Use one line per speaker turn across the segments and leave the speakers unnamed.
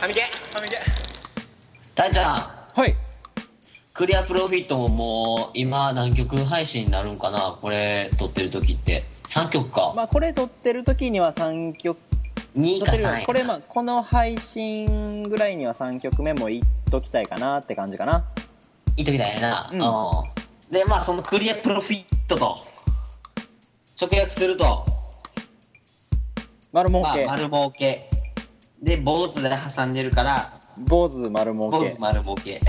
はみ出はみ出
たいちゃん
はい
クリアプロフィットももう今何曲配信になるんかなこれ撮ってる時って3曲か、
まあこれ撮ってる時には3曲
2
撮
か
って
3
る
や
よ
な
これまあこの配信ぐらいには3曲目もいっときたいかなって感じかない
い時だよな、
うん
うんでまあそのクリアプロフィットと直訳すると、
丸儲
まあ、
け
丸儲けで坊主で挟んでるから
坊主丸儲
坊
け
主丸儲け
う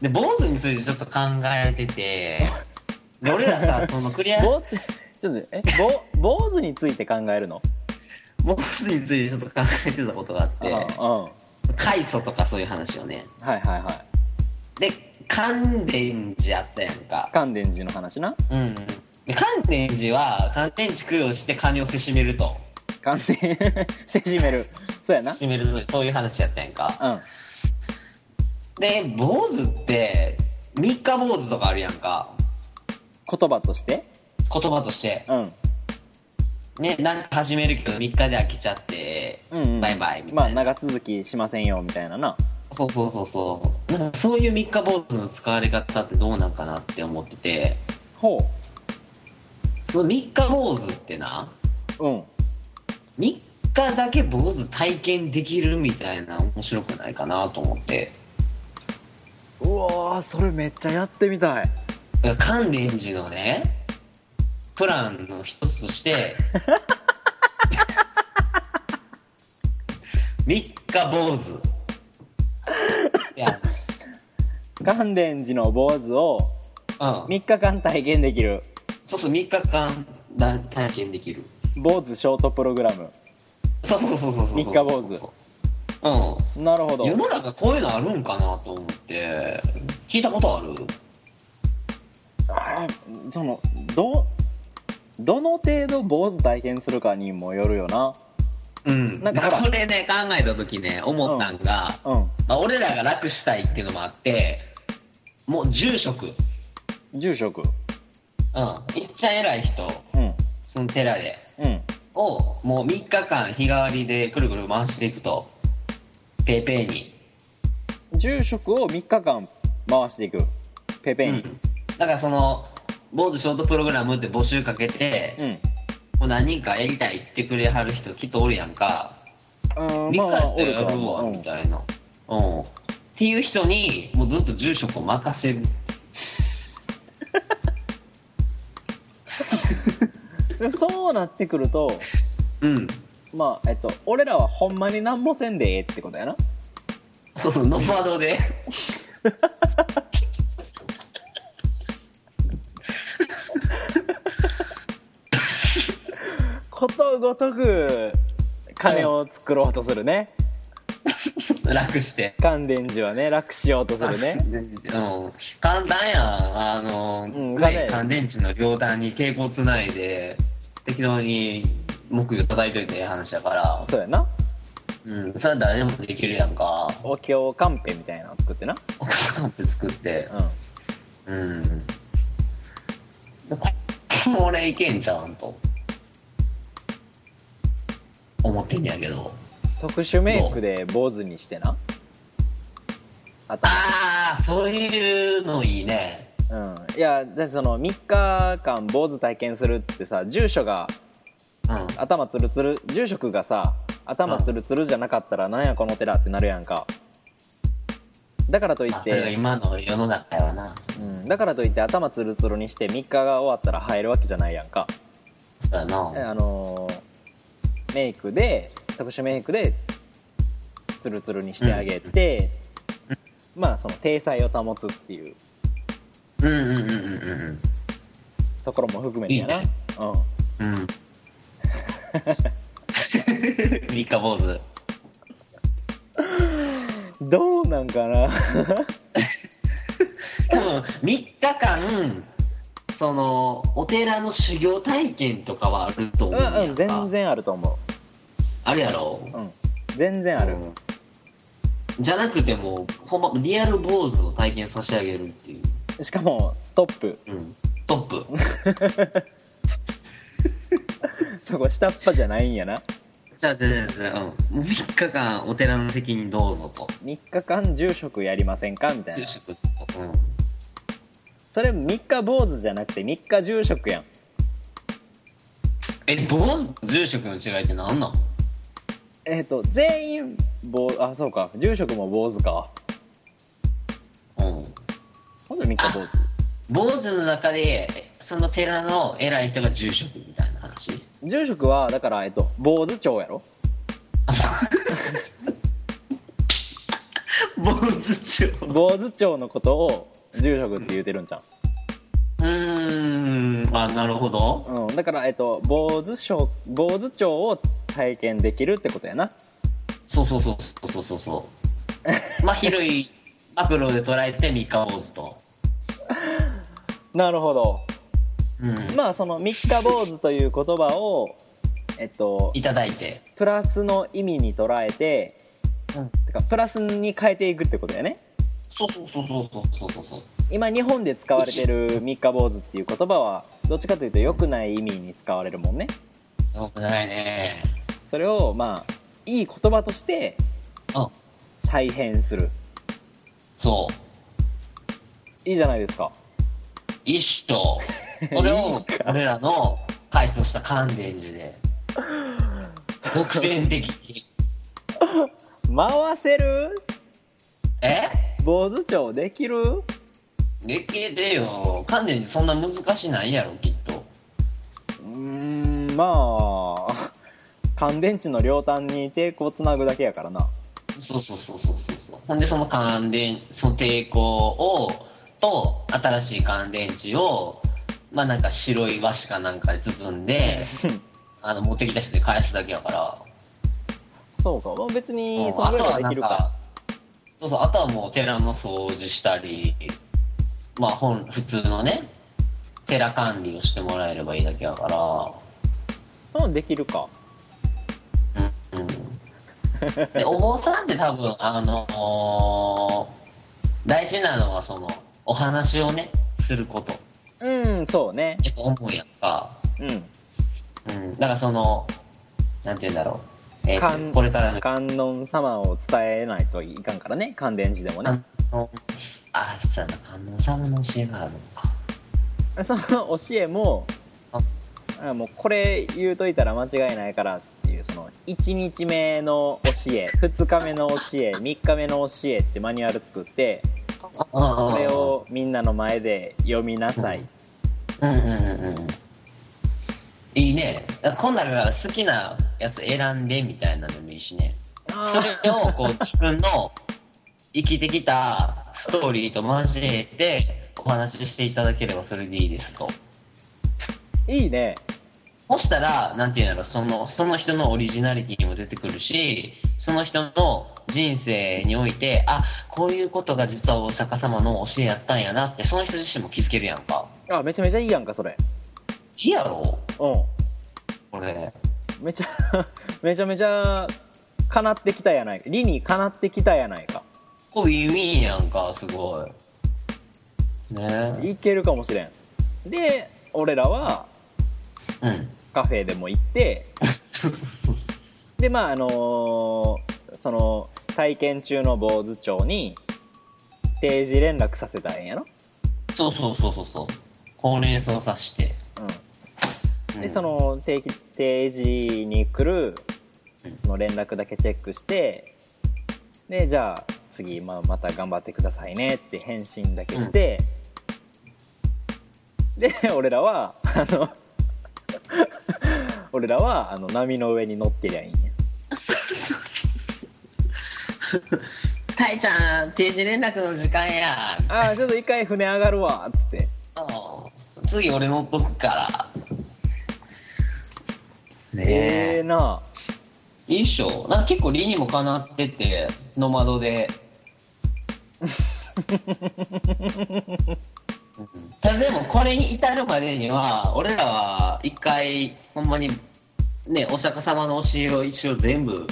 で坊主についてちょっと考え ててで俺らさそのクリア
ん坊主ちょっと待ってえぼ坊主について考えるの
坊主についてちょっと考えてたことがあっ
うんうん
て
は
開祖とかそういう話をね
いはいはい
で乾電寺あったやんか
乾電寺の話な
うんで乾電寺は乾電池供養して金をせしめると
乾電せしめるそうやな
せしめるとそういう話やったやんか
うん
で坊主って三日坊主とかあるやんか
言葉として
言葉として
うん
ねなんか始めるけど3日で飽きちゃって、
うんうん
バイバイみたいな、
まあ長続きしませんよみたいなな
そうそうそうそうなんかそういう三日坊主の使われ方ってどうなんかなって思ってて
ほ
その三日坊主ってな
ううん
3日だけ坊主体験できるみたいな面白くないかなと思って
うわーそれめっちゃやってみたい
だから関連寺のねプランの一つとして三日坊主いや
乾電寺の坊主を
うん
3日間体験できる
そうそう3日間だ体験できる
坊主ショートプログラム
そうそうそうそうそう
三日坊主
うん
なるほど
世の中こういうのあるんかなと思って聞いたことある
あーそのどどの程度坊主体験するかにもよるよな
うん
なんかほら
これね考えた時ね思ったんが、
う
まあ、俺らが楽したいっていうのもあってもう住職うん
ん住職
いっちゃん偉い人
うん
その寺で
うん
をもう3日間日替わりでくるくる回していくとペーペーに
住職を3日間回していくペペ
うん
に
だからその坊主ショートプログラムって募集かけて、
うん
もう何人かやりたいって言ってくれはる人きっとおるやんか
うん
理
まあま
解
あ
っ
お
て
る
や
とは
るわ
思う
みたいな、うん、っていう人にもうずっと住職を任せる
うんそうなってくると
うん
まあえっと俺らはほんまに何もせんでええってことやな
そう そうノマドで
ことごとく金を作ろうとするね
楽して
乾電池はね楽しようとするね
うん、簡単やんあの、
うん簡単
ね
や
乾電池の両端に蛍光つないで適当に木魚叩いといてええ話やから、
そうやな
うん、それは誰でもできるやんか
お経カンペみたいなの作ってな
お母さんって作って
うん
うんこれいけんちゃうんと思ってんやけど
特殊メイクで坊主にしてな頭
ああそういうのいいね
うんいやだってその3日間坊主体験するってさ住所が
うん
頭ツルツル住職がさ頭ツルツルじゃなかったらなんやこの寺ってなるやんかだからとい
まあ
っ
それが
て、
今の世の中やわな
うん、だからといって頭ツルツルにして3日が終わったら入るわけじゃないやんか
そうやな
であのーメイクで特殊メイクでツルツルにしてあげて、まあその体裁を保つっていう
うんうんうんうんうん
ところも含めてやな、
いいね
うん、
うん 三日坊主
どうなんかな
多分3日間そのお寺の修行体験とかはあると思うや
うんうんん
か
全然あると思
あるやろ
う、うん、全然ある、
じゃなくてもほんまリアル坊主を体験させてあげるっていう、
しかもトップ
うん、トップ
そこ下っ端じゃないんやな
じゃあ、じゃあじゃあじゃあ、うん。もう3日間お寺の責任どうぞと。
3日間住職やりませんかみたい
住
な
職と。うん。
それ3日坊主じゃなくて3日住職やん
え、坊主、住職の違いって何なの
えっ、と全員坊あそうか住職も坊主か
うん。
ほんと3日坊主
坊主の中で、その寺の偉い人が住職みたいな話
住職はだからえっ、と坊主長やろ
坊主長。
坊主長のことを住職って言うてるんじゃ
うーん、あ、なるほど。
ん、うん、だからえっ、と坊主長坊主長を体験できるってことやな
そうそうそうそうそう そう。まあ、広いアプロで捉えて三日坊主と。
なるほど
うん。
まあその三日坊主という言葉をえっ、と
いただいて。
プラスの意味に捉えて
うん。
てかプラスに変えていくってことやね
そうそうそうそうそうそうそう。
今日本で使われてる三日坊主っていう言葉はどっちかというと良くない意味に使われるもんね
よくないね。
それをまあいい言葉として
うん。
再編する
そう。
いいじゃないですか
一緒。これ
い
を
いか
俺らの改装した乾電池 で、独占的に。
回せる
え
坊主長できる
できてよ。乾電池そんな難しないやろ、きっと。
うーんまあ 乾電池の両端に抵抗つなぐだけやからな
そうそうそうそうそうそう。ほんでその乾電その抵抗をと新しい乾電池をまあなんか白い和紙かなんかで包 んであの持ってきた人に返すだけやから。
そうかまあ別
うん
にそ
あ
のぐ
と
らい
は
は
な
でき
ん
るか
かそうそうあとはもう寺の掃除したりまあ本普通のね寺管理をしてもらえればいいだけやから。
うんできるか
うんうん でお坊さんって多分あのー大事なのはそのお話をねすること
うんそうね
やっぱ思うやんか、
うん
うん、だからそのなんて言うんだろう、えー
観
これからの
観音様を伝えないといかんからね乾電池でもね
観音あそうやな観音様の教えがあるの か
その教えも
あ
あもうこれ言うといたら間違いないからっていうその1日目の教え2日目の教 え3日目の教えってマニュアル作ってそ
そ
れをみんなの前で読みなさい
うんうんうんうんいいね今度だから好きなやつ選んでみたいなのでもいいしねそ
あ
れをこう自分の生きてきたストーリーと交えてお話ししていただければそれでいいですと
ーいいね
そしたら、なんていうんだろう、その、その人のオリジナリティも出てくるし、その人の人生において、あ、こういうことが実はお釈迦様の教えやったんやなって、その人自身も気づけるやんか。
あめちゃめちゃいいやんかそれ
いいやろ
う
これ。
んめちゃ めちゃめちゃかなってきたやないか理にかなってきたやないか
こういう意味やんか、すごい。ね
いけるかもしれんで俺らは
うん。
カフェでも行ってでまああのーその体験中の坊主長に定時連絡させたらええんやろ、
そうそうそうそうそう。ほうれん草さして。
うん、
う
で
ん
そ、の定期定時に来るその連絡だけチェックしてでじゃあ次、まあ、また頑張ってくださいねって返信だけして、で俺らはあの 俺らはあの波の上に乗ってりゃいいんや
たいちゃん、定時連絡の時間や。
ああちょっと一回船上がるわっつって
うん次俺持っとくから。
ええ
え。
なあ
いいっしょ。なんか結構理にもかなってて、ノマドで。うんただでもこれに至るまでには、俺らは一回、ほんまに、ね、お釈迦様の教えを一応全部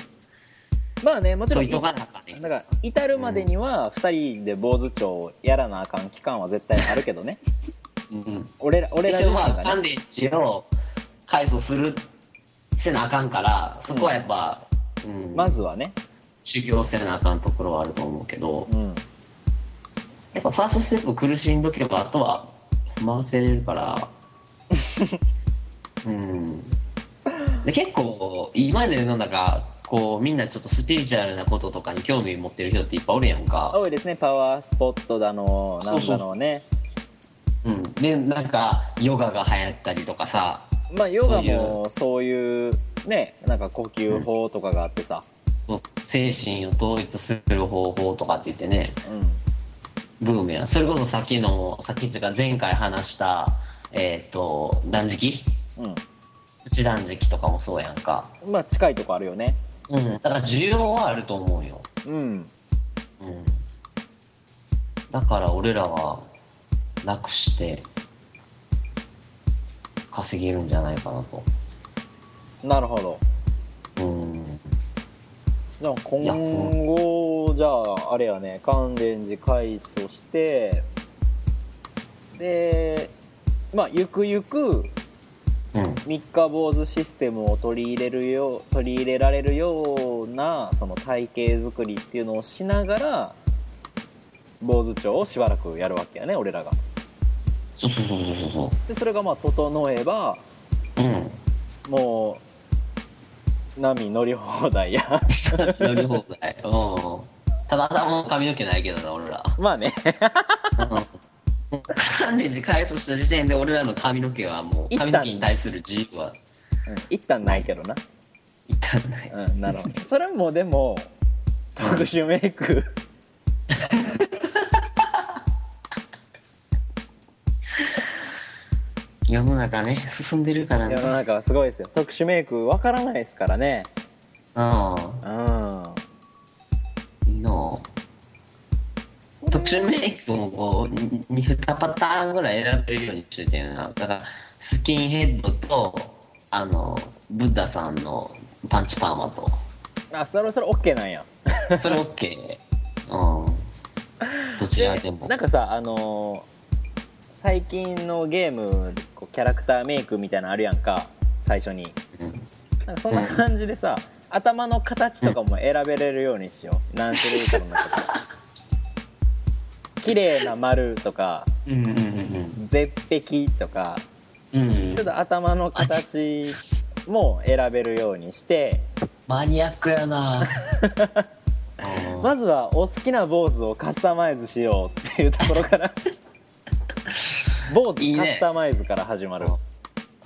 まあねもちろ
解
ん
いとかなあかんね
だから至るまでには2人で坊主帳をやらなあかん期間は絶対あるけどね
うん。
俺ら俺ら
一
自
応
身
まあ、
が
乾
ね
電池を解除する、せなあかんから、そこはやっぱ、うん
まずはね
修行せなあかんところはあると思うけど、
うん
やっぱファーストステップ苦しんどけば、あとは回せれる から。うん。で結構、今の世の中、こう、みんなちょっとスピリチュアルなこととかに興味持ってる人っていっぱいおるやんか。
多いですねパワースポットだの
そ
な
うんそう
だのね
うん。で、なんか、ヨガが流行ったりとかさ。
まあヨガもそういうねなんか呼吸法とかがあってさ、
そう精神を統一する方法とかって言ってね
うん
ブームやんそれこそさっきのさっきっていうか前回話したえっ、と断食
う
プチ断食とかもそうやんか
ん、まあ近いとこあるよね
うんだから需要はあると思うよ
うん
うんだから俺らは楽して稼げるんじゃないかなと
なるほど
うん
じゃあ今後じゃああれやね関連寺改組してでまあゆくゆく
うん
三日坊主システムを取り入れるよう取り入れられるようなその体系作りっていうのをしながら坊主町をしばらくやるわけやね俺らが
そうそうそうそうそ
でそれがまあ整えば
ううん
もう波乗り放題や
乗り放題うんただ頭の髪の毛ないけどな俺ら
まあね
関連で開発した時点で俺らの髪の毛はもう
一旦
髪の毛に対する自由は
一旦ないけどな
一旦ない
うんなるほどそれもでも特殊メイク
世の中ね進んでるから
世の
ね
中はすごいですよ特殊メイクわからないですからね
う
うん
んいいの特殊メイクもこう2パターンぐらい選べるようにしててんなだからスキンヘッドとあのブッダさんのパンチパーマと
あそれそれ OK なんや
それ OK うんどちらでも
なんかさあのー最近のゲームこうキャラクターメイクみたいなのあるやんか最初に
うん
なんかそんな感じでさ、頭の形とかも選べれるようにしよう何種類かの中で綺 麗な丸とか
うんうんうん
絶壁とか
うん
ちょっと頭の形も選べるようにして
マニアックやなうん
まずはお好きな坊主をカスタマイズしようっていうところから 坊主
いい
カ
ね
スタマイズから始まる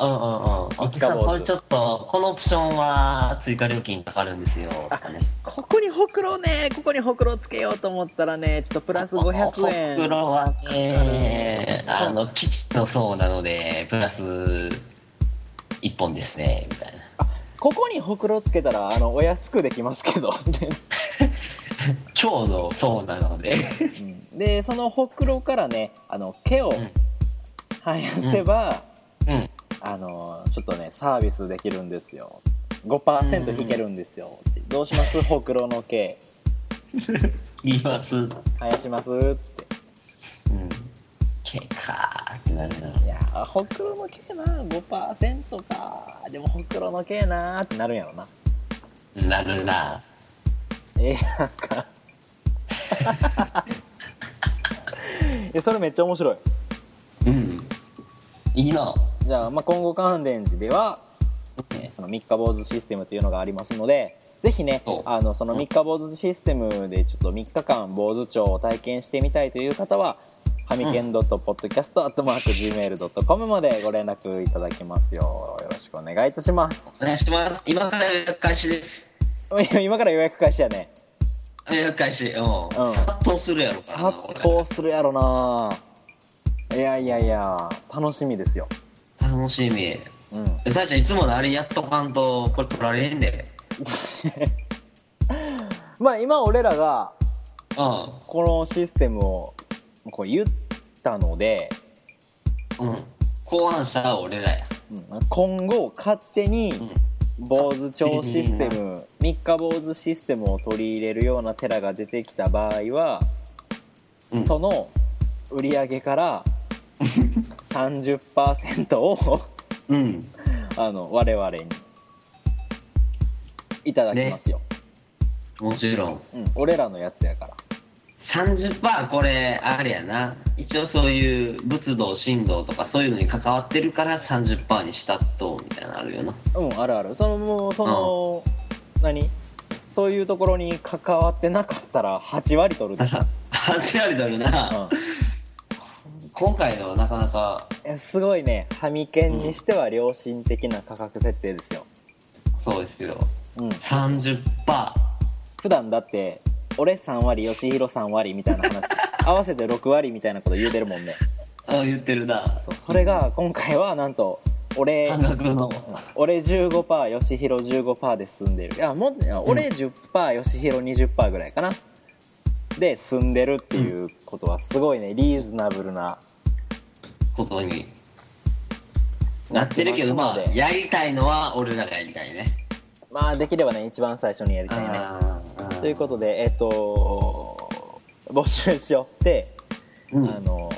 うんうんうん。あ
一家坊主
これちょっと、このオプションは追加料金かかるんですよ。とかね。
ここにほくろねここにほくろつけようと思ったらねちょっとプラス500円
お袋はね、あの、きちっとそうなので、プラス1本ですね、みたいな。
ここにほくろつけたらあのお安くできますけど、
今日のそうなので。
でそのほくろからねあの毛を
ん
生やせば、
うん。
あのちょっとねサービスできるんですよ5%引けるんですよ、どうしますほくろの毛
言います。うん。
生やしますつって
けかーってなるな。
いやーほくろの毛な5%かでもほくろの毛なーってなるんやろな
なるな。
えー、なんか いやそれめっちゃ面白い
うん。いいの。
じゃあ,、まあ今後関連寺では、えーその三日坊主システムというのがありますのでぜひね
そう
あのその三日坊主システムでちょっと3日間坊主帳を体験してみたいという方は、ハミケンドットポッドキャストアットマーク Gmail.com までご連絡いただきますようよろしくお願いいたします
お願いします。今から予約開始です。
今今から予約開始やね
予約開始、うん。
うん
殺到するやろからな。
殺到するやろないやいやいや楽しみですよ
俺楽しみ。
うん
えさやちゃん、いつものあれやっとかんと、これ取られへんで。
まあ今俺らが
う
このシステムをこう言ったので、
ん。うん。考案者は俺らや。
うん今後勝手
う
に
ん。
坊主帳システム三日坊主システムを取り入れるような寺が出てきた場合は、
うん
その売り上げから 30%を
うん。
あの我々にいただきますよ、
もちろん。
うん、俺らのやつやから
30%これ、あれやな。一応そういう仏道、神道とかそういうのに関わってるから30%にしたっと、みたいなのあるよな。
うんあるあるそのもうその、何そういうところに関わってなかったら8割取るで、
だから、8割だる
う
な。
ん
今回のはなかなか、
え、すごいねハミケンにしては良心的な価格設定ですよ、
そうですけど、
うん、
30%。
普段だって俺3割吉弘3割みたいな 話合わせて6割みたいなこと言うてるもんね
あ言ってるな。
そうそれが今回はなんと俺
半額の。
俺15%吉弘15%で済んでるいやもっといや俺10%吉弘20%ぐらいかなで済んでるっていうことはすごいねリーズナブルな
ことになってるけ
な
ど、ま
っ
あ
てますの、で
やりたいのは俺らがやりたいね。
まあできればね一番最初にやりたいね
ー
ということでえっ、と募集しよって
うん
あの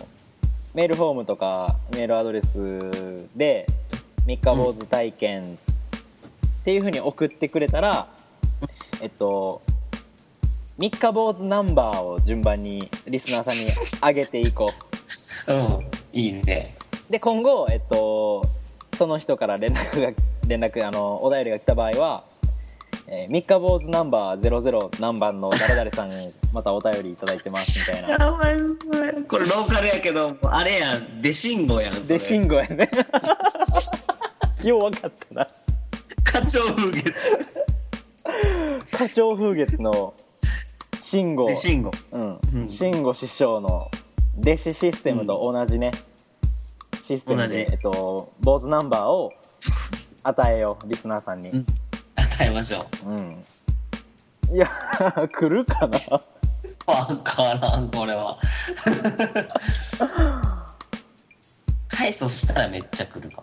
メールフォームとかメールアドレスで「三日坊主体験」っていうふうに送ってくれたら、えっと三日坊主ナンバーを順番にリスナーさんに上げていこ
うん、いいね。
うで今後えっとその人から連絡が 連絡あのお便りが来た場合は「えー三日坊主ナンバー00何番の誰々さんにまたお便りいただいてます」みたい な
やばいこれローカルやけど、あれやん、デシンゴやん。それ
で慎吾やね よう分かったな
課長風月。
花鳥風月の慎吾
デシンゴ。
うん
うん
慎吾師匠の弟子システムと同じね、システム
同じ
で、えっと、坊主ナンバーを与えようリスナーさんに、
うん与えましょう。
うんいや 来るかな
わからん、こ れは。改装したらめっちゃ来るかも。